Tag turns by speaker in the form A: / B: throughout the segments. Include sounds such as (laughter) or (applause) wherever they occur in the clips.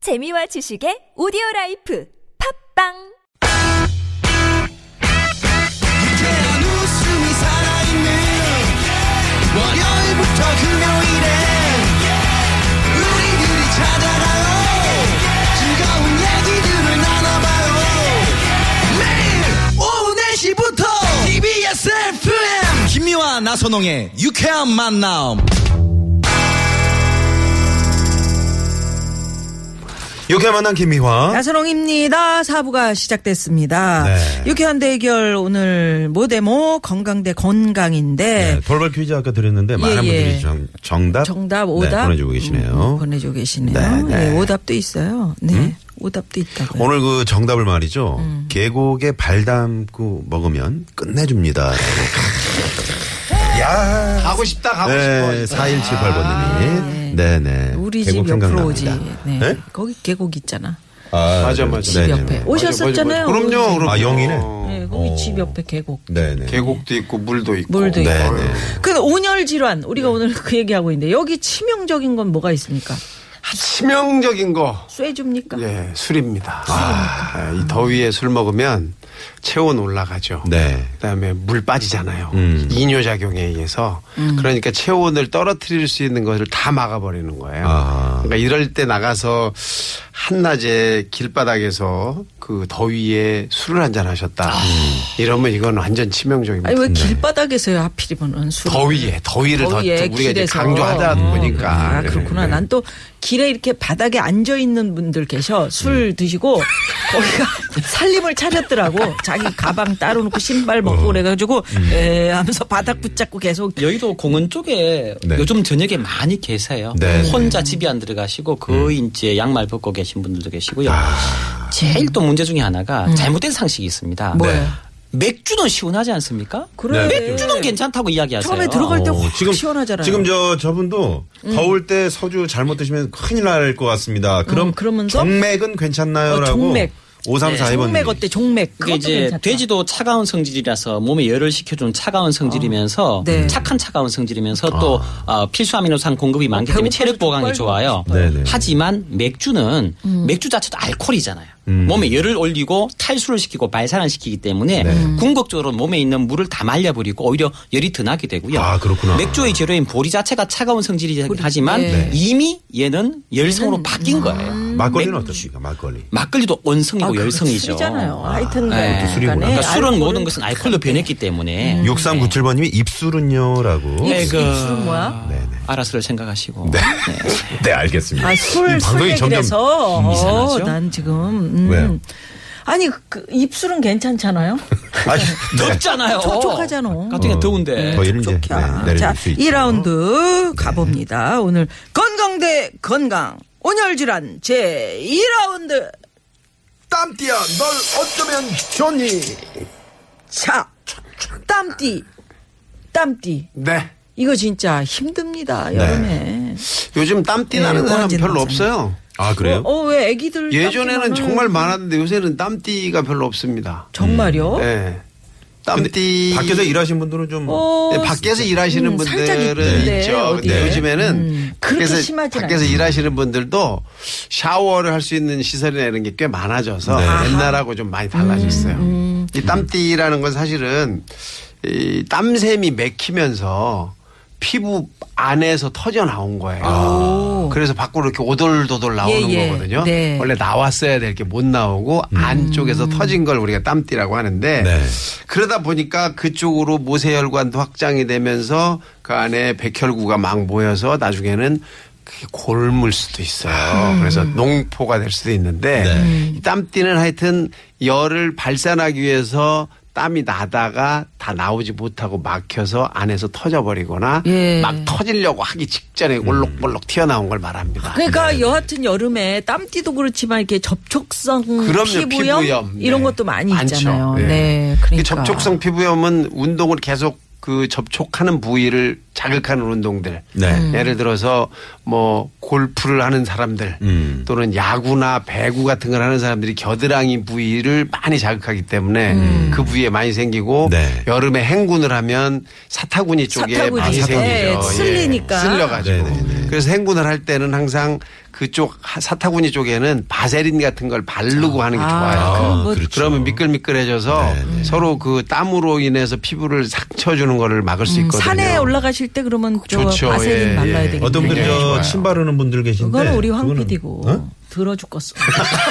A: 재미와 지식의 오디오 라이프 팝빵!
B: 유쾌한 웃음이 살아있는 월요일부터 금요일에 우리들이 찾아가요 즐거운 얘기들을 나눠봐요 매일 오후 4시부터 TBS FM 김미와 나선홍의 유쾌한 만남
C: 이렇게 만난
D: 아,
C: 김미화.
D: 나선홍입니다. 사부가
C: 어?
D: 시작됐습니다.
C: 네.
D: 유쾌한 대결 오늘 뭐대뭐 건강 대 건강인데
C: 네, 돌발 퀴즈 아까 드렸는데 많은
D: 예.
C: 분들이 정, 정답,
D: 정답
C: 네,
D: 오답
C: 보내주고 계시네요.
D: 음, 보내주고 계시네요.
C: 네, 네.
D: 예, 오답도 있어요. 네, 오답도 있다고요.
C: 오늘 그 정답을 말이죠.
D: 음.
C: 계곡에 발 담고 먹으면 끝내줍니다.
E: 가고 싶다 가고
C: 네,
E: 싶어.
C: 4178번님이. 네네.
D: 아, 예. 우리 집 옆으로 오지. 네.
C: 네?
D: 거기 계곡 있잖아.
C: 아, 네.
E: 맞아, 맞아.
D: 집 옆에 오셨었잖아요.
E: 맞아, 맞아. 그럼요,
D: 우리
E: 그럼
C: 아, 어. 영이네.
D: 집. 네, 거기 집 옆에 계곡.
C: 네네.
E: 어, 계곡도 있고 물도 있고.
D: 물도 있고.
C: 네,
E: 어휴.
C: 네.
D: 그 온열 질환 우리가 오늘 그 얘기하고 있는데 여기 치명적인 건 뭐가 있습니까?
E: 치명적인 거.
D: 쇠줍니까?
C: 네.
E: 예, 술입니다. 아, 이 더위에 술 먹으면 체온 올라가죠.
C: 네.
E: 그다음에 물 빠지잖아요.
C: 음.
E: 이뇨 작용에 의해서
D: 음.
E: 그러니까 체온을 떨어뜨릴 수 있는 것을 다 막아버리는 거예요.
C: 아.
E: 그러니까 이럴 때 나가서 한낮에 길바닥에서 그 더위에 술을 한잔 하셨다.
C: 음.
E: 이러면 이건 완전 치명적입니다.
C: 네.
D: 아니 왜 길바닥에서요 하필이면 술?
E: 더위에 더위를
D: 네. 더위에
E: 더 우리가 이제
D: 길에서.
E: 강조하다 보니까 네.
D: 아 그렇구나. 난 또 길에 이렇게 바닥에 앉아 있는 분들 계셔 술
E: 음.
D: 드시고 거기가 (laughs) 살림을 차렸더라고. 자기 가방 따로 놓고 신발
E: 어.
D: 먹고 그래가지고
E: 음.
D: 에 하면서 바닥 붙잡고 계속
E: 네.
F: 여의도 공원 쪽에
C: 네.
F: 요즘 저녁에 많이 계세요.
C: 네.
F: 혼자 집이 안 들어가시고 거의 이제 양말 벗고 계신 분들도 계시고요. 제일 또 문제 중에 하나가 잘못된 상식이 있습니다.
D: 음. 뭐예요? 네.
F: 맥주는 시원하지 않습니까?
D: 그래. 네.
F: 맥주는 괜찮다고 이야기하세요.
D: 처음에 들어갈 때
C: 어,
D: 확 시원하잖아요. 음.
C: 지금 저 저분도 더울 때 소주 잘못 드시면 큰일 날 것 같습니다. 그럼
D: 음, 그러면서?
C: 정맥은 괜찮나요라고.
D: 어, 정맥.
C: 5342번.
D: 종맥 네, 어때? 종맥.
F: 그게
D: 그것도
F: 이제
D: 괜찮다.
F: 돼지도 차가운 성질이라서 몸에 열을 식혀준 차가운 성질이면서
D: 네.
F: 착한 차가운 성질이면서
C: 아.
F: 또 어, 필수 아미노산 공급이 많기
D: 배고파서
F: 때문에
D: 음.
F: 체력 보강에
D: 족발
F: 좋아요.
C: 먹고 싶어요. 네네.
F: 하지만 맥주는 맥주 자체도 알코올이잖아요.
C: 음.
F: 몸에 열을 올리고 탈수를 시키고 발산을 시키기 때문에
C: 네.
D: 음.
F: 궁극적으로 몸에 있는 물을 다 말려버리고 오히려 열이 더 나게 되고요.
C: 아, 그렇구나.
F: 맥주의 재료인 보리 자체가 차가운 성질이긴 하지만
D: 네. 음.
F: 이미 얘는 열성으로 바뀐 거예요.
C: 막걸리는
F: 맥주.
C: 어떻습니까? 막걸리.
F: 막걸리도
D: 아,
F: 원성이고
D: 그거
F: 열성이죠.
D: 술이잖아요. 하여튼
F: 네.
D: 간에
C: 술이구나.
D: 간에
F: 그러니까 술은 모든
D: 알코올은
F: 것은 알코올로 변했기 때문에
C: 6397번님이
D: 네.
C: 입술은요라고.
F: 네, 그-
D: 예, 입술은 뭐야?
C: 네네.
F: 알아서를 생각하시고
C: 네, 알겠습니다.
D: 아, 술,
C: 이
D: 술
C: 방송이
D: 얘기를
C: 점점
D: 해서. 어,
F: 이상하죠?
D: 난 지금. 음.
C: 왜요?
D: 아니, 그 입술은 괜찮잖아요?
C: 아니, 네.
E: 어.
F: 덥잖아요.
D: 촉촉하잖아.
F: 갑자기 더운데
C: 더위를 이제 네,
D: 촉촉해.
C: 내릴
D: 자,
C: 수 있죠. 네.
D: 2라운드 가봅니다. 오늘 건강 대 건강. 온열질환 제 2라운드.
B: 땀띠야 널 어쩌면 좋니
D: 자, 땀띠. 땀띠.
E: 네.
D: 이거 진짜 힘듭니다,
C: 네.
D: 여름에.
E: 요즘 땀띠
D: 네,
E: 나는 사람
D: 오렌지 나잖아요.
E: 별로 없어요.
C: 아, 그래요?
D: 어, 왜 애기들.
E: 예전에는
D: 땀띠
E: 정말
D: 나는-
E: 많았는데 요새는 땀띠가 별로 없습니다.
C: 음.
D: 정말요?
E: 예.
C: 근데
E: 땀띠
C: 밖에서 일하신 분들은 좀
D: 어,
E: 네, 밖에서 일하시는
D: 음, 살짝
E: 분들은
D: 있던데,
E: 있죠.
D: 어디에?
E: 근데 요즘에는
D: 음, 그렇게
E: 밖에서,
D: 심하진
E: 밖에서
D: 않아요.
E: 일하시는 분들도 샤워를 할 수 있는 시설이나 이런 게 꽤 많아져서
D: 네.
E: 옛날하고 좀 많이
D: 음,
E: 달라졌어요. 이 땀띠라는 건 사실은 이 땀샘이 맥히면서 피부 안에서 터져 나온 거예요. 그래서 밖으로 이렇게 오돌도돌 나오는
D: 아. 예, 예.
E: 거거든요.
D: 네.
E: 원래 나왔어야 될 게 못 나오고 안쪽에서 터진 걸 우리가 땀띠라고 하는데
C: 네.
E: 그러다 보니까 그쪽으로 모세혈관도 확장이 되면서 그 안에 백혈구가 막 모여서 나중에는 그게 골물 수도 있어요. 그래서 농포가 될 수도 있는데 이 땀띠는 하여튼 열을 발산하기 위해서 땀이 나다가 다 나오지 못하고 막혀서 안에서 터져버리거나
D: 예.
E: 막 터지려고 하기 직전에 올록볼록 튀어나온 걸 말합니다.
D: 그러니까 여하튼 여름에 땀띠도 그렇지만 이렇게 접촉성
E: 그럼요,
D: 피부염,
E: 피부염.
D: 이런
E: 네.
D: 것도 많이
E: 많죠.
D: 있잖아요.
E: 네.
D: 네,
E: 이
D: 그러니까
E: 접촉성 피부염은 운동을 계속 그 접촉하는 부위를 자극하는 운동들.
C: 네. 음.
E: 예를 들어서 뭐 골프를 하는 사람들
C: 음.
E: 또는 야구나 배구 같은 걸 하는 사람들이 겨드랑이 부위를 많이 자극하기 때문에
D: 음.
E: 그 부위에 많이 생기고
C: 네.
E: 여름에 행군을 하면 사타구니 쪽에
D: 사타구니
E: 많이
D: 쪽에
E: 생기죠. 예.
D: 쓸리니까.
E: 쓸려가지고.
C: 네네네.
E: 그래서 행군을 할 때는 항상 그쪽 하- 사타구니 쪽에는 바세린 같은 걸 바르고 하는 게
D: 아,
E: 좋아요.
D: 그럼 뭐-
C: 그렇죠. 네,
E: 그러면 미끌미끌해져서 서로 그 땀으로 인해서 피부를 삭혀주는 거를 막을 수 있거든요.
D: 음, 산에 올라가실 때 그러면 저
E: 좋죠,
D: 바세린
E: 예,
D: 말라야
E: 예.
D: 되겠네.
C: 어떤 분들이
E: 굉장히 좋아요.
C: 저침 바르는 분들 계신데.
D: 그거는
F: 네,
D: 우리 황
C: 그거는-
D: p d 고
C: 어?
D: 들어 죽겠어. (laughs)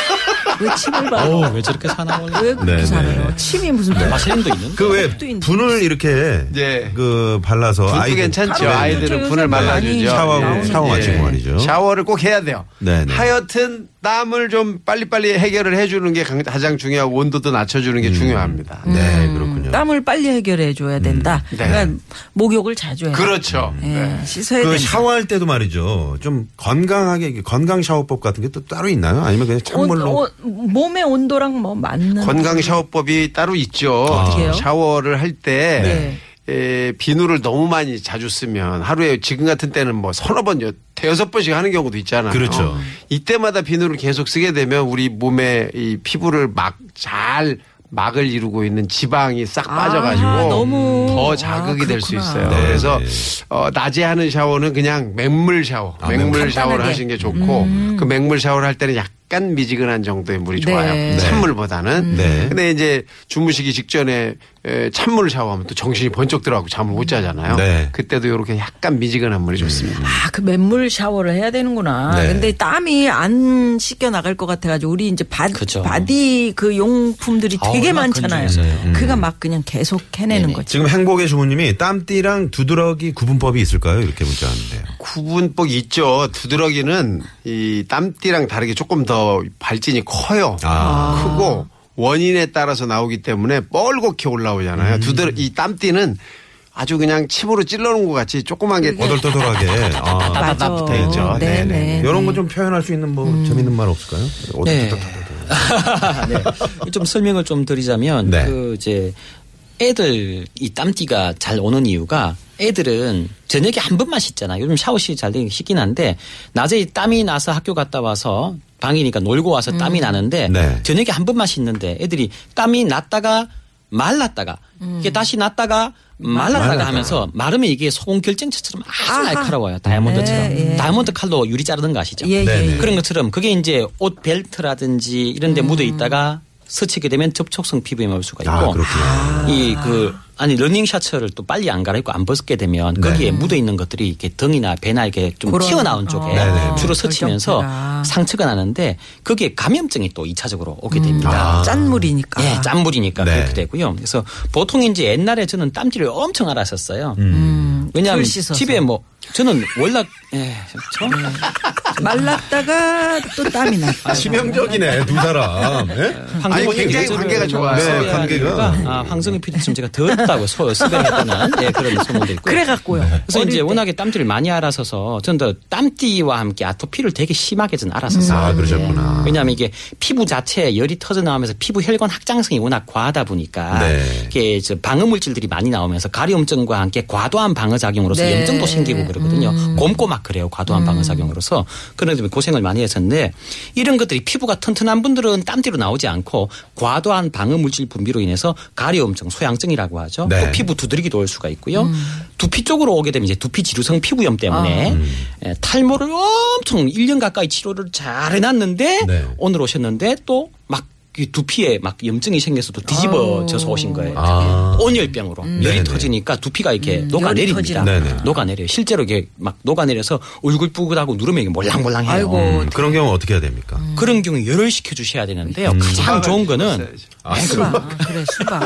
D: 왜 침을 봐?
F: 어, 왜 저렇게 사나 원래.
D: 왜 그렇게
C: 네,
D: 살아요?
C: 네.
D: 침이 무슨
F: 마세린도 있는.
C: 그 왜
D: 옷도 있는데.
C: 분을 이렇게
E: 예.
C: 그 발라서
E: 분도
C: 아이들 네,
E: 괜찮죠.
D: 바로
E: 아이들은
D: 요즘
E: 분을
D: 많이
E: 말라주죠.
C: 샤워,
E: 예.
C: 샤워 마치고
E: 예.
C: 말이죠.
E: 샤워를 꼭 해야 돼요.
C: 네네.
E: 하여튼 땀을 좀 빨리빨리 해결을 해주는 게 강- 가장 중요하고 온도도 낮춰주는 게 중요합니다.
C: 음.
E: 음. 네.
C: 네 그렇군요.
D: 음. 땀을 빨리 해결해 줘야 된다. 그러니까 목욕을 자주 해요.
E: 그렇죠.
D: 예,
E: 네.
D: 씻어야
C: 그
D: 된다.
C: 샤워할 때도 말이죠. 좀 건강하게 이게 건강 샤워법 같은 게 또 따로 있나요? 아니면 그냥 찬물로
D: 온- 온- 몸의 온도랑 뭐 맞는
E: 건강 샤워법이 따로 있죠.
D: 어떻게 해요?
E: 샤워를 할 때
D: 네.
E: 비누를 너무 많이 자주 쓰면 하루에 지금 같은 때는 뭐 서너 번, 여- 대여섯 번씩 하는 경우도 있잖아요.
C: 그렇죠.
E: 이때마다 비누를 계속 쓰게 되면 우리 몸에 이 피부를 막 잘 막을 이루고 있는 지방이 싹 빠져가지고
D: 아, 너무.
E: 더 자극이
D: 아,
E: 될 수
D: 그렇구나.
E: 있어요.
C: 네,
E: 그래서
C: 네.
E: 어, 낮에 하는 샤워는 그냥 맹물 샤워,
C: 아,
E: 맹물
C: 맹물.
E: 샤워를
D: 간단하게. 음.
E: 하시는 게 좋고 그 맹물 샤워를 할 때는 약간 미지근한 정도의 물이 좋아요.
D: 네.
E: 찬물보다는.
C: 네.
E: 근데 이제 주무시기 직전에 에, 찬물 샤워하면 또 정신이 번쩍 들어가고 잠을 못 자잖아요.
C: 네.
E: 그때도 이렇게 약간 미지근한 물이 좋습니다.
D: 아, 그 맨물 샤워를 해야 되는구나.
C: 네.
D: 근데 땀이 안 씻겨 나갈 것 같아가지고 우리 이제 바,
F: 그쵸.
D: 바디 그 용품들이
F: 아,
D: 되게
F: 얼마나
D: 많잖아요.
F: 건조해서요.
D: 그가 막 그냥 계속 해내는
F: 네네.
D: 거지.
C: 지금 행복의 주부님이 땀띠랑 두드러기 구분법이 있을까요? 이렇게 문자 왔는데요.
E: 구분법 있죠. 두드러기는 이 땀띠랑 다르게 조금 더 발진이 커요.
C: 아.
E: 크고 원인에 따라서 나오기 때문에 뻘겋게 올라오잖아요. 두드러 이 땀띠는 아주 그냥 침으로 찔러놓은 것 같이 조그만 게
C: 어덜떠덜하게. 아.
D: 맞아.
E: 붙어있죠.
D: 네,
E: 네네.
D: 네.
C: 이런 거 좀 표현할 수 있는 뭐 재밌는 말 없을까요?
F: 네.
C: 어덜떠덜하게.
F: (laughs) 좀 설명을 좀 드리자면
C: 네.
F: 그 이제 애들 이 땀띠가 잘 오는 이유가 애들은 저녁에 한 번만 씻잖아. 요즘 샤워 시잘 되긴 씻긴 한데 낮에 이 땀이 나서 학교 갔다 와서 방이니까 놀고 와서 땀이
D: 음.
F: 나는데
C: 네.
F: 저녁에 한 번만 씻는데 애들이 땀이 났다가 말랐다가
D: 음.
F: 이게 다시 났다가 말랐다가
C: 말랐다가.
F: 하면서 마르면 이게 소금 결정체처럼 아주
D: 아하.
F: 날카로워요. 다이아몬드처럼.
D: 네, 예.
F: 다이아몬드 칼로 유리 자르는 거 아시죠?
D: 예, 예, 예.
F: 그런 것처럼 그게 이제 옷 벨트라든지 이런 데 묻어 있다가 스치게 되면 접촉성 피부염 올 수가
C: 아,
F: 있고
C: 그렇구나.
F: 이 그 아니 러닝 셔츠를 또 빨리 안 갈아입고 안 벗게 되면
C: 네.
F: 거기에 묻어 있는 것들이 이렇게 등이나 배나 이렇게 좀
D: 그런-
F: 튀어나온 쪽에
C: 네, 네, 네.
F: 주로 스치면서
D: 결정체가.
F: 상처가 나는데 그게 감염증이 또 2차적으로 오게 됩니다.
C: 아.
D: 짠물이니까.
F: 예, 짠물이니까
C: 네.
F: 그렇게 되고요. 그래서 보통 이제 옛날에 저는 땀띠를 엄청 알았었어요.
C: 음.
F: 왜냐하면
D: 술 음. 씻어서.
F: 집에 뭐 저는 월락 예, 저
D: 말랐다가 또 땀이 나.
C: 아, 치명적이네, 두 사람. 예?
E: 아니,
F: 황정민
E: 굉장히
F: 교수를
E: 관계가 좋아요.
C: 네, 관계가.
F: 음. 아, 황성민 PD쯤 제가 더럽다고 소, 수배했다는 예, 그런 소문도 있고.
D: 그래갖고요.
F: 그래서
D: 어릴
F: 이제
D: 때.
F: 워낙에 땀띠를 많이 알아서서 저는 더 땀띠와 함께 아토피를 되게 심하게 전 알았었어요.
C: 아, 그러셨구나.
F: 예. 왜냐하면 이게 피부 자체에 열이 터져 나오면서 피부 혈관 확장성이 워낙 과하다 보니까
C: 네.
F: 이게 저 방어 물질들이 많이 나오면서 가려움증과 함께 과도한 방어 작용으로서
D: 네.
F: 염증도 생기고 그러거든요.
C: 음.
F: 곰고 막 그래요. 과도한 방어 작용으로서 그런 점에 고생을 많이 했었는데 이런 것들이 피부가 튼튼한 분들은 땀띠로 나오지 않고 과도한 방어 물질 분비로 인해서 가려움증, 소양증이라고 하죠.
C: 네. 음.
F: 또 피부 두드러기도 올 수가 있고요. 두피 쪽으로 오게 되면 이제 두피 지루성 피부염 때문에
C: 아.
F: 예, 탈모를 엄청 1년 가까이 치료를 잘 해놨는데
C: 네.
F: 오늘 오셨는데 또 막 두피에 막 염증이 생겨서 또 뒤집어져서 오신 거예요.
C: 아.
F: 온열병으로 열이
C: 네네.
F: 터지니까 두피가 이렇게 녹아내립니다.
D: 터지라.
C: 네네.
F: 녹아내려요. 실제로 이게 막 녹아내려서 얼굴 뿌긋하고 누르면 이게 몰랑몰랑해요.
D: 아이고.
C: 음, 그런 경우 어떻게 해야 됩니까?
F: 그런 경우 열을 식혀주셔야 되는데요. 가장 좋은 거는
E: 있어야지.
D: 아. 수박. 그래, 수박.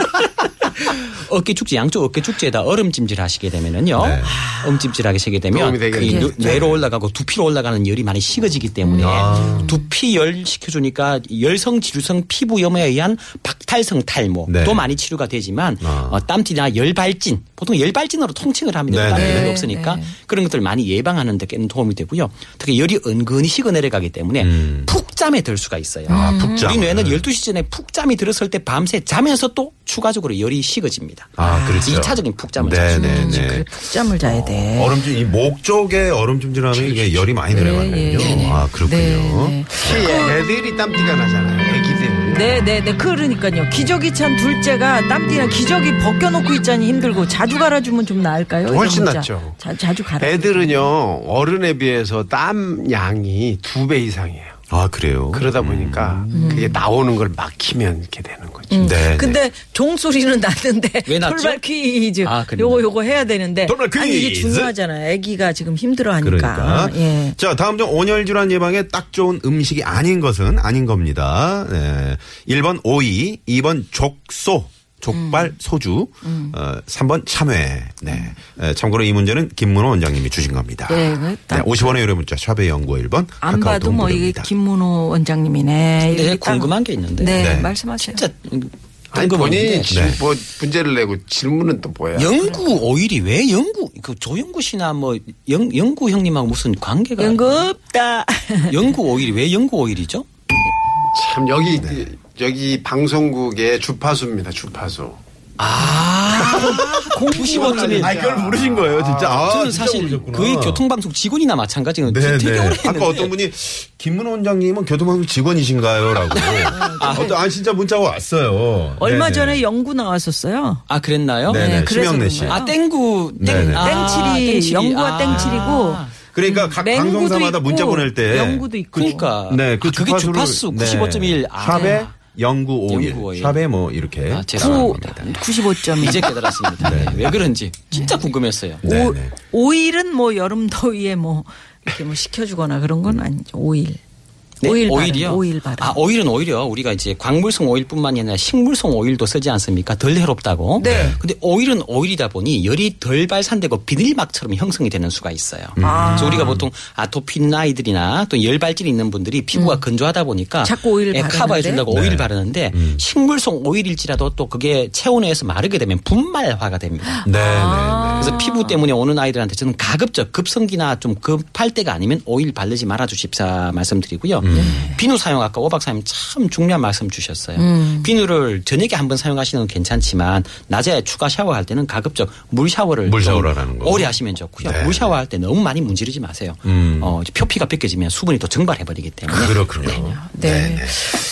F: 어깨 축지 양쪽 어깨 축지에다 얼음 찜질 하시게 되면은요. 아,
C: 네.
F: 얼음 찜질하게 세게 되면
E: 도움이
F: 그
E: 되겠네요. 음.
F: 뇌- 뇌로 올라가고 두피로 올라가는 열이 많이 식어지기 때문에
E: 아.
F: 두피 열 식혀주니까 열성 지루성 피부염에 의한 박탈성 탈모도
C: 네.
F: 많이 치료가 되지만
C: 아.
F: 어, 땀띠나 열발진 보통 열발진으로 통칭을 합니다.
C: 네,
F: 땀이
C: 네.
F: 별로
D: 네,
F: 없으니까
D: 네.
E: 음.
F: 그런 것들 많이 예방하는 데는 도움이 되고요. 특히 열이 은근히 식어내려가기 때문에 푹 푹잠에 들 수가 있어요.
C: 아, 푹잠.
F: 음, 우리 뇌는 12시 전에 푹잠이 들었을 때 밤새 자면서 또 추가적으로 열이 식어집니다.
C: 아, 그렇죠.
F: 2차적인 푹잠을 자
C: 네네네. 어,
D: 그래, 푹잠을 자야 돼.
C: 얼음찜, 이 목 쪽에 얼음찜질하면 이게 열이 많이 내려가거든요. 아, 그렇군요.
D: 네,
E: 특히 애들이 땀띠가 나잖아요. 애기들.
D: 네, 네, 네. 그러니까요. 기저귀 찬 둘째가 땀띠랑 기저귀 벗겨놓고 있자니 힘들고 자주 갈아주면 좀 나을까요?
E: 훨씬
D: 이런 문자.
E: 낫죠.
D: 자, 자주 갈아.
C: 네.
E: 애들은요 어른에 비해서 땀 양이 두 배 이상이에요.
C: 아, 그래요?
E: 그러다 보니까 그게 나오는 걸 막히면 이렇게 되는 거죠.
C: 네.
D: 근데 종소리는 났는데
F: 왜 났죠?
D: 돌발 퀴즈
F: 아, 그래요?
D: 요거 요거 해야 되는데
C: 돌발 퀴즈!
D: 아니 이게 중요하잖아요. 아기가 지금 힘들어하니까.
C: 그러니까.
D: 예.
C: 자, 다음 중 온열 질환 예방에 딱 좋은 음식이 아닌 것은 아닌 겁니다. 네. 1번 오이, 2번 족소, 족발,
D: 음.
C: 소주, 어, 3번 참외. 네. 에, 참고로 이 문제는 김문호 원장님이 주신 겁니다.
D: 네, 그 딱-
C: 50원의 유료 문자 샵의 연구 1번.
D: 안 봐도 뭐 이게 김문호 원장님이네.
F: 근데
D: 이렇게 딱-
F: 궁금한 게 있는데.
D: 네,
C: 네.
D: 말씀하세요.
F: 진짜 그러니까
E: 아니 본인이
F: 뜬금없는데
E: 지-
C: 네.
E: 뭐 문제를 내고 질문은 또 뭐야?
F: 영구 오일이 왜 영구 그 조영구 씨나 뭐 영, 영구 형님하고 무슨 관계가
D: 연급다.
F: 영구 오일이 왜 영구 오일이죠?
E: 참 여기 여기 방송국의 주파수입니다. 주파수.
F: 공시원님이
C: 아, 그걸 모르신 거예요, 진짜. 아,
F: 저는
C: 진짜
F: 사실
C: 모르셨구나.
F: 거의 교통방송 직원이나 마찬가지로
C: 네,
F: 되게
C: 네.
F: 오래 했는데
C: 아까 어떤 분이 김문호 원장님은 교통방송 직원이신가요? 라고. 아, 어떤- 아, 진짜 문자가 왔어요.
D: 네. 얼마
C: 네네.
D: 전에 연구 나왔었어요.
F: 아 그랬나요?
C: 네네.
D: 네, 그래서
C: 심영래 씨.
D: 그런
F: 아 땡구 땡
C: 네네.
F: 아,
D: 땡칠이, 영구와 땡칠이고
C: 그러니까 각 방송사마다 문자 보낼 때
D: 연구도 있고.
F: 그러니까
C: 네, 그
F: 아, 그게
C: 주파수를-
F: 주파수 95.1. 아,
C: 샵에
F: 아.
C: 영구 오일,
F: 영구 오일.
C: 샵에 뭐 이렇게
F: 아,
D: 구
F: 죄송합니다.
D: 95점
F: 이제 깨달았습니다. 네, 왜 그런지 진짜 궁금했어요.
C: 네,
D: 오,
C: 네.
D: 오일은 뭐 여름 더위에 뭐 이렇게 뭐 식혀주거나 그런 건 아니죠. 오일.
F: 네,
D: 오일 발음,
F: 오일이요?
D: 오일 발음.
F: 아, 오일은 오히려 우리가 이제 광물성 오일뿐만이 아니라 식물성 오일도 쓰지 않습니까? 덜 해롭다고.
D: 네.
F: 근데 오일은 오일이다 보니 열이 덜 발산되고 비닐막처럼 형성이 되는 수가 있어요. 그래서 우리가 보통 아토피인 아이들이나 또 열발질이 있는 분들이 피부가 건조하다 보니까
D: 음. 자꾸 오일을
F: 예,
D: 바르는데?
F: 커버해 준다고 오일 바르는데 식물성 오일일지라도 또 그게 체온에서 마르게 되면 분말화가 됩니다.
C: 네, 네, 네.
F: 그래서 피부 때문에 오는 아이들한테 저는 가급적 급성기나 좀 급할 때가 아니면 오일 바르지 말아 주십사 말씀드리고요.
C: 음.
F: 비누 사용 아까 오박 사님 참 중요한 말씀 주셨어요.
C: 음.
F: 비누를 저녁에 한 번 사용하시는 건 괜찮지만 낮에 추가 샤워할 때는 가급적 물 샤워를
C: 물
F: 좀
C: 샤워라는 거.
F: 오래 하시면 좋고요.
C: 네. 음.
F: 물 샤워할 때 너무 많이 문지르지 마세요. 어, 이제 표피가 벗겨지면 수분이 또 증발해 버리기 때문에
C: 그렇군요.
D: 네.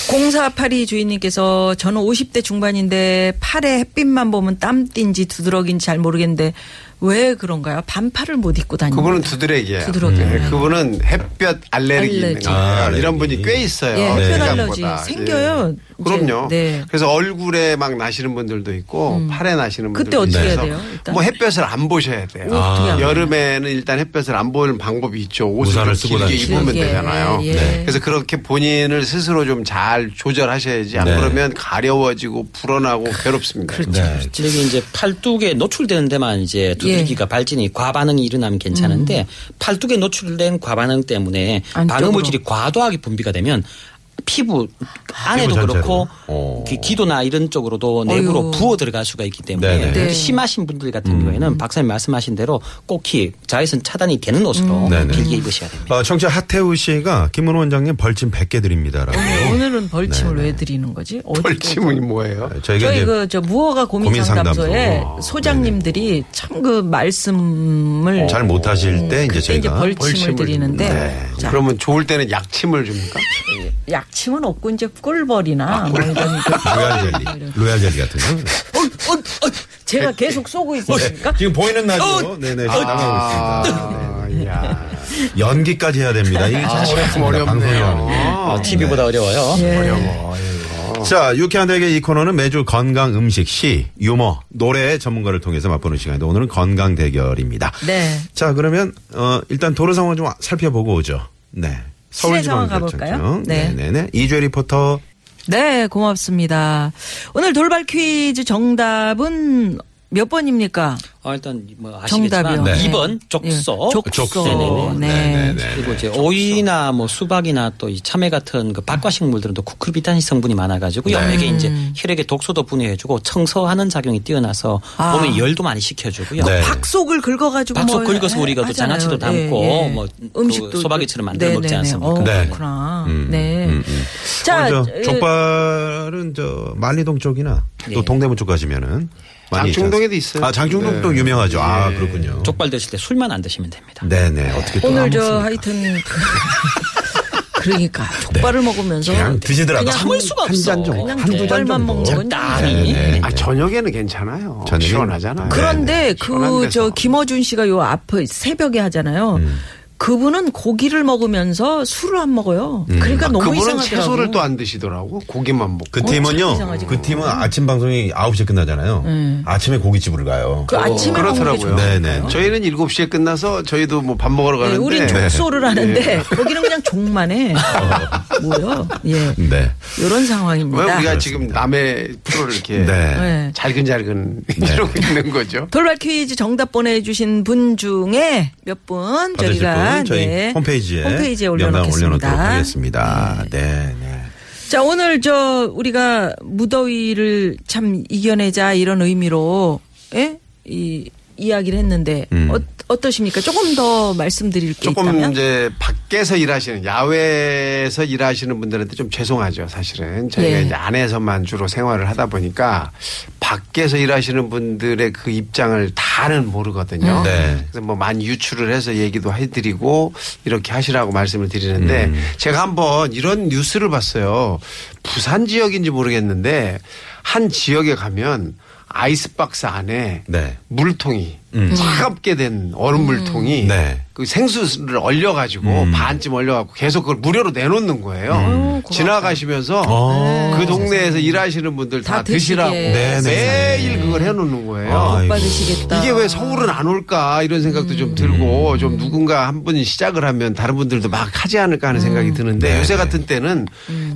D: 0482 주인님께서 저는 50대 중반인데 팔에 햇빛만 보면 땀띠인지 두드러기인지 잘 모르겠는데 왜 그런가요? 반팔을 못 입고 다니는
E: 그분은 두드러기예요. 네,
D: 두드러기.
E: 그분은 햇볕 알레르기 있는
D: 알레르기.
E: 거예요.
C: 아,
E: 이런
C: 알레르기.
E: 분이 꽤 있어요.
D: 예, 햇볕
E: 생각보다.
D: 알레르기 생겨요.
E: 예. 그럼요.
D: 이제, 네. 음.
E: 그래서 얼굴에 막 나시는 분들도 있고 팔에 나시는 분들도
D: 그때 어떻게 해야
E: 있어서
D: 돼요, 일단?
E: 뭐 햇볕을 안 보셔야 돼요.
D: 오, 어떻게 하면
E: 여름에는 일단 햇볕을 안 보는 방법이 있죠. 옷을
C: 우산을
E: 좀
C: 쓰고
E: 길게
C: 다니시고.
E: 입으면
D: 길게,
E: 되잖아요.
D: 예, 예. 네.
E: 그래서 그렇게 본인을 스스로 좀 잘 조절하셔야지 안
C: 네.
E: 그러면 가려워지고 불어나고 괴롭습니다.
D: 그렇죠.
C: 네.
F: 이게 이제 팔뚝에 노출되는 데만 이제 두들기가
D: 예.
F: 발진이 과반응이 일어나면 괜찮은데 팔뚝에 노출된 과반응 때문에
D: 음. 안쪽으로.
F: 방음물질이 과도하게 분비가 되면 피부 안에도
C: 피부
F: 그렇고
C: 어.
F: 귀- 귀도나 이런 쪽으로도 내부로
D: 어휴.
F: 부어 들어갈 수가 있기 때문에
C: 네네. 음.
D: 네.
F: 심하신 분들 같은 경우에는 박사님 말씀하신 대로 꼭히 자외선 차단이 되는
D: 음.
F: 옷으로
C: 네네.
F: 길게 입으셔야 됩니다.
C: 어, 청취자 하태우 씨가 김문호 원장님 벌침 100개 드립니다라고.
D: 오늘은 벌침을 왜 드리는 거지? 어디-
E: 벌침이 뭐예요?
C: 저희가
D: 저희
C: 이제
D: 그 저 무허가 고민
C: 고민
D: 상담소에
C: 상담소. 어,
D: 소장님들이 참 그 말씀을
C: 어, 잘 못하실 때 이제
D: 어. 그때 이제
C: 저희가
D: 벌침을, 드리는데
C: 네.
D: 자,
E: 그러면 좋을 때는 약침을 줍니까?
D: 약침은 없고 이제
C: 아,
D: 꿀벌이나 뭐 이런
C: (laughs)
D: 그-
C: 로얄 젤리, 로얄 젤리 같은 거. 어,
D: 제가 계속 쏘고 있으니까
C: 지금 보이는 라디오, 네네, 지금 나가고 있습니다.
D: 네.
E: 아, 야.
C: 연기까지 해야 됩니다.
E: 아,
C: 이게 참 어렵습니다. 방송이라는 게.
E: 어렵네요. 아.
F: TV보다 어려워요.
D: 네.
C: 자, 유쾌한 대게 이 코너는 매주 건강 음식, 시, 유머, 노래 전문가를 통해서 맛보는 시간인데 오늘은 건강 대결입니다.
D: 네.
C: 자, 그러면 어 일단 도로 상황 좀 살펴보고 오죠. 네.
D: 시내 상황
C: 서울지방자치단체.
D: 가볼까요?
C: 네,
D: 네.
C: 네, 네. 이주혜 리포터.
D: 네, 고맙습니다. 오늘 돌발 퀴즈 정답은 몇 번입니까?
F: 아, 일단 뭐
D: 정답이요.
F: 아시겠지만
D: 네.
F: 2번 족소.
D: 예, 족소.
F: 네네네.
D: 네.
F: 그리고 이제 오이나 뭐 수박이나 또 이 참외 같은 그 박과식물들은 또 쿠크르비탄 성분이 많아가지고
D: 네.
F: 염맥에 이제
D: 음.
F: 혈액에 독소도 분해해주고 청소하는 작용이 뛰어나서
D: 아.
F: 몸에 열도 많이 식혀주고요.
C: 네.
D: 박속을 긁어가지고 뭐 예,
F: 박속
D: 뭘
F: 긁어서
D: 해-
F: 우리가 또
D: 하잖아요. 예.
F: 장아찌도 담고 뭐
D: 음식도
F: 그 소박이처럼 만들어 먹지
D: 네네네.
F: 않습니까?
D: 어,
C: 네.
D: 그렇구나. 네.
C: 음,
D: 자,
E: 어,
D: 예,
C: 오늘 저
D: 에,
C: 족발은 저 만리동 쪽이나 또
D: 네.
C: 동대문 쪽 가시면은 많이 있지
E: 장충동에도
C: 않습니까?
E: 있어요.
C: 아 장충동도
E: 네.
C: 유명하죠. 아 그렇군요.
F: 족발 드실 때 술만 안 드시면 됩니다.
C: 네네 어떻게 또
D: 오늘
C: 안
D: 저
C: 먹습니까?
D: 하여튼 그-
E: (laughs)
D: 그러니까
E: 네.
D: 족발을 먹으면서
C: 그냥 드시더라도
D: 그냥
F: 참을 수가
C: 한
F: 없어.
C: 잔 정도,
D: 그냥
C: 한두 잔
D: 족발만
C: 정도.
D: 먹는 건
F: 적당히.
C: 네.
E: 아, 저녁에는 괜찮아요.
C: 저녁엔-
E: 시원하잖아요.
D: 그런데 그
E: 네, 시원한 데서. 음.
D: 저 김어준 씨가 요 앞에 새벽에 하잖아요. 그분은 고기를 먹으면서 술을 안 먹어요. 그러니까 너무
E: 음. 아, 그분은
D: 이상하더라고.
E: 채소를 또 안 드시더라고. 고기만 먹고.
C: 그
D: 참
C: 팀은요.
D: 이상하지. 네.
C: 그 팀은 아침 방송이 9시에 끝나잖아요. 아침에 고깃집을 가요.
D: 그 아침에
E: 그렇더라고요.
D: 먹는 게
C: 네, 네.
E: 저희는 7시에 끝나서 저희도 뭐 밥 먹으러
D: 좋 네,
E: 가는데
D: 우린
C: 네. 어.
D: 족소를 하는데 거기는 그냥
C: (laughs)
D: 족만 해. 뭐요? 예.
C: 네.
D: 이런
E: 왜
D: 상황입니다.
E: 우리가 지금 남의 프로를 이렇게
C: 네.
D: 네.
E: 잘근잘근 이러고 있는 거죠?
D: 돌발 퀴즈 정답 보내주신 분 중에 몇 분
C: 받으실
D: 저희가
C: 분 저희
D: 네,
C: 홈페이지에,
D: 홈페이지에
C: 명단 올려놓도록
D: 올려놓겠습니다. 네.
C: 하겠습니다. 네, 네.
D: 자, 오늘 저 우리가 무더위를 참 이겨내자 이런 의미로 예? 이 이야기를 했는데
C: 음.
D: 어, 떠십니까 조금 더 말씀드릴 게
E: 조금
D: 있다면
E: 이제 밖에서 일하시는 야외에서 일하시는 분들한테 좀 죄송하죠 사실은 저희가
D: 예.
E: 이제 안에서만 주로 생활을 하다 보니까 밖에서 일하시는 분들의 그 입장을 다는 모르거든요.
C: 네.
E: 그래서 뭐 많이 유출을 해서 얘기도 해드리고 이렇게 하시라고 말씀을 드리는데 제가 한번 이런 뉴스를 봤어요. 부산 지역인지 모르겠는데 한 지역에 가면 아이스박스 안에
C: 네.
E: 물통이 차갑게 된 얼음 물통이
C: 네.
E: 그 생수를 얼려가지고
C: 음.
E: 반쯤 얼려갖고 계속 그걸 무료로 내놓는 거예요. 지나가시면서
C: 어.
E: 그 동네에서 일하시는 분들 다,
D: 다
E: 드시라고
D: 드시게.
C: 네, 네.
E: 매일 그걸 해놓는 거예요.
C: 아이고.
D: 받으시겠다.
E: 이게 왜 서울은 안 올까 이런 생각도 좀
C: 음.
E: 들고 좀 누군가 한 분이 시작을 하면 다른 분들도 막 하지 않을까 하는 생각이 드는데
C: 네,
E: 요새
C: 네.
E: 같은 때는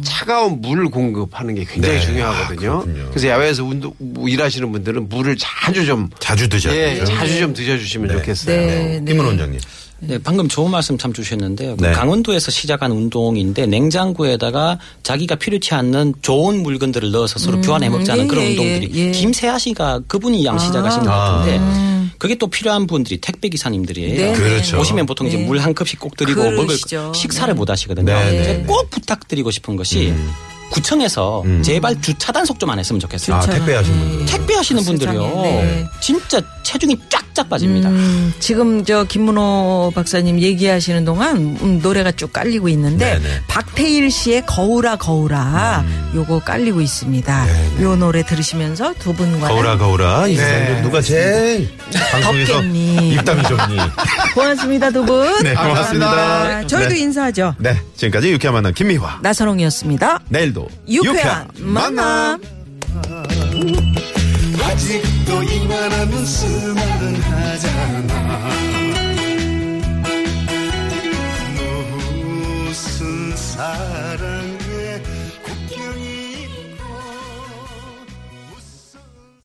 E: 차가운 물 공급하는 게 굉장히
C: 네. 아,
E: 중요하거든요.
C: 그렇군요.
E: 그래서 야외에서 운동 뭐 일하시는 분들은 물을 자주 좀
C: 자주 드셔야
E: 예,
C: 되죠.
E: 자주 좀 드셔주시면 좋겠어요.
D: 네, 네.
C: 김은 원장님.
F: 네, 방금 좋은 말씀 참 주셨는데요. 그
C: 네.
F: 강원도에서 시작한 운동인데 냉장고에다가 자기가 필요치 않는 좋은 물건들을 넣어서 서로 교환해 먹자는
D: 예,
F: 그런
D: 예,
F: 운동들이
D: 예.
F: 김세아 씨가 그분이 양 시작하신 것
C: 아.
F: 같은데 그게 또 필요한 분들이 택배 기사님들이에요.
D: 네,
C: 그렇죠. 네.
F: 보시면 보통 이제
D: 네.
F: 물 한 컵씩 꼭 드리고
D: 그러시죠.
F: 먹을 식사를 못 하시거든요.
C: 네,
F: 그래서
C: 네. 음.
F: 꼭 부탁드리고 싶은 것이 구청에서 제발 주차 단속 좀 안 했으면 좋겠어요.
D: 그렇죠.
C: 아, 택배 하신
D: 음.
C: 분들.
F: 택배 하시는 분들이요.
D: 세상에, 네.
F: 진짜 체중이 쫙쫙 빠집니다.
D: 음, 지금 저 김문호 박사님 얘기하시는 동안 음, 노래가 쭉 깔리고 있는데
C: 네네. 음.
D: 박태일 씨의 거울아 거울아 요거 깔리고 있습니다. 요 노래 들으시면서 두 분과
C: 네, 거울아 거울아 이 세상 에 누가 제일 방송에서
D: 덥겠니?
C: 입담이
D: (laughs)
C: 좋니?
D: 고맙습니다 두 분.
C: (laughs) 네, 고맙습니다.
D: 아, 저희도
C: 네.
D: 인사하죠.
C: 네, 지금까지 유쾌한 만남 김미화.
D: 나선홍이었습니다.
C: 내일도
D: 유쾌한 만남.
B: 아직도 이만하면 수많은 하잖아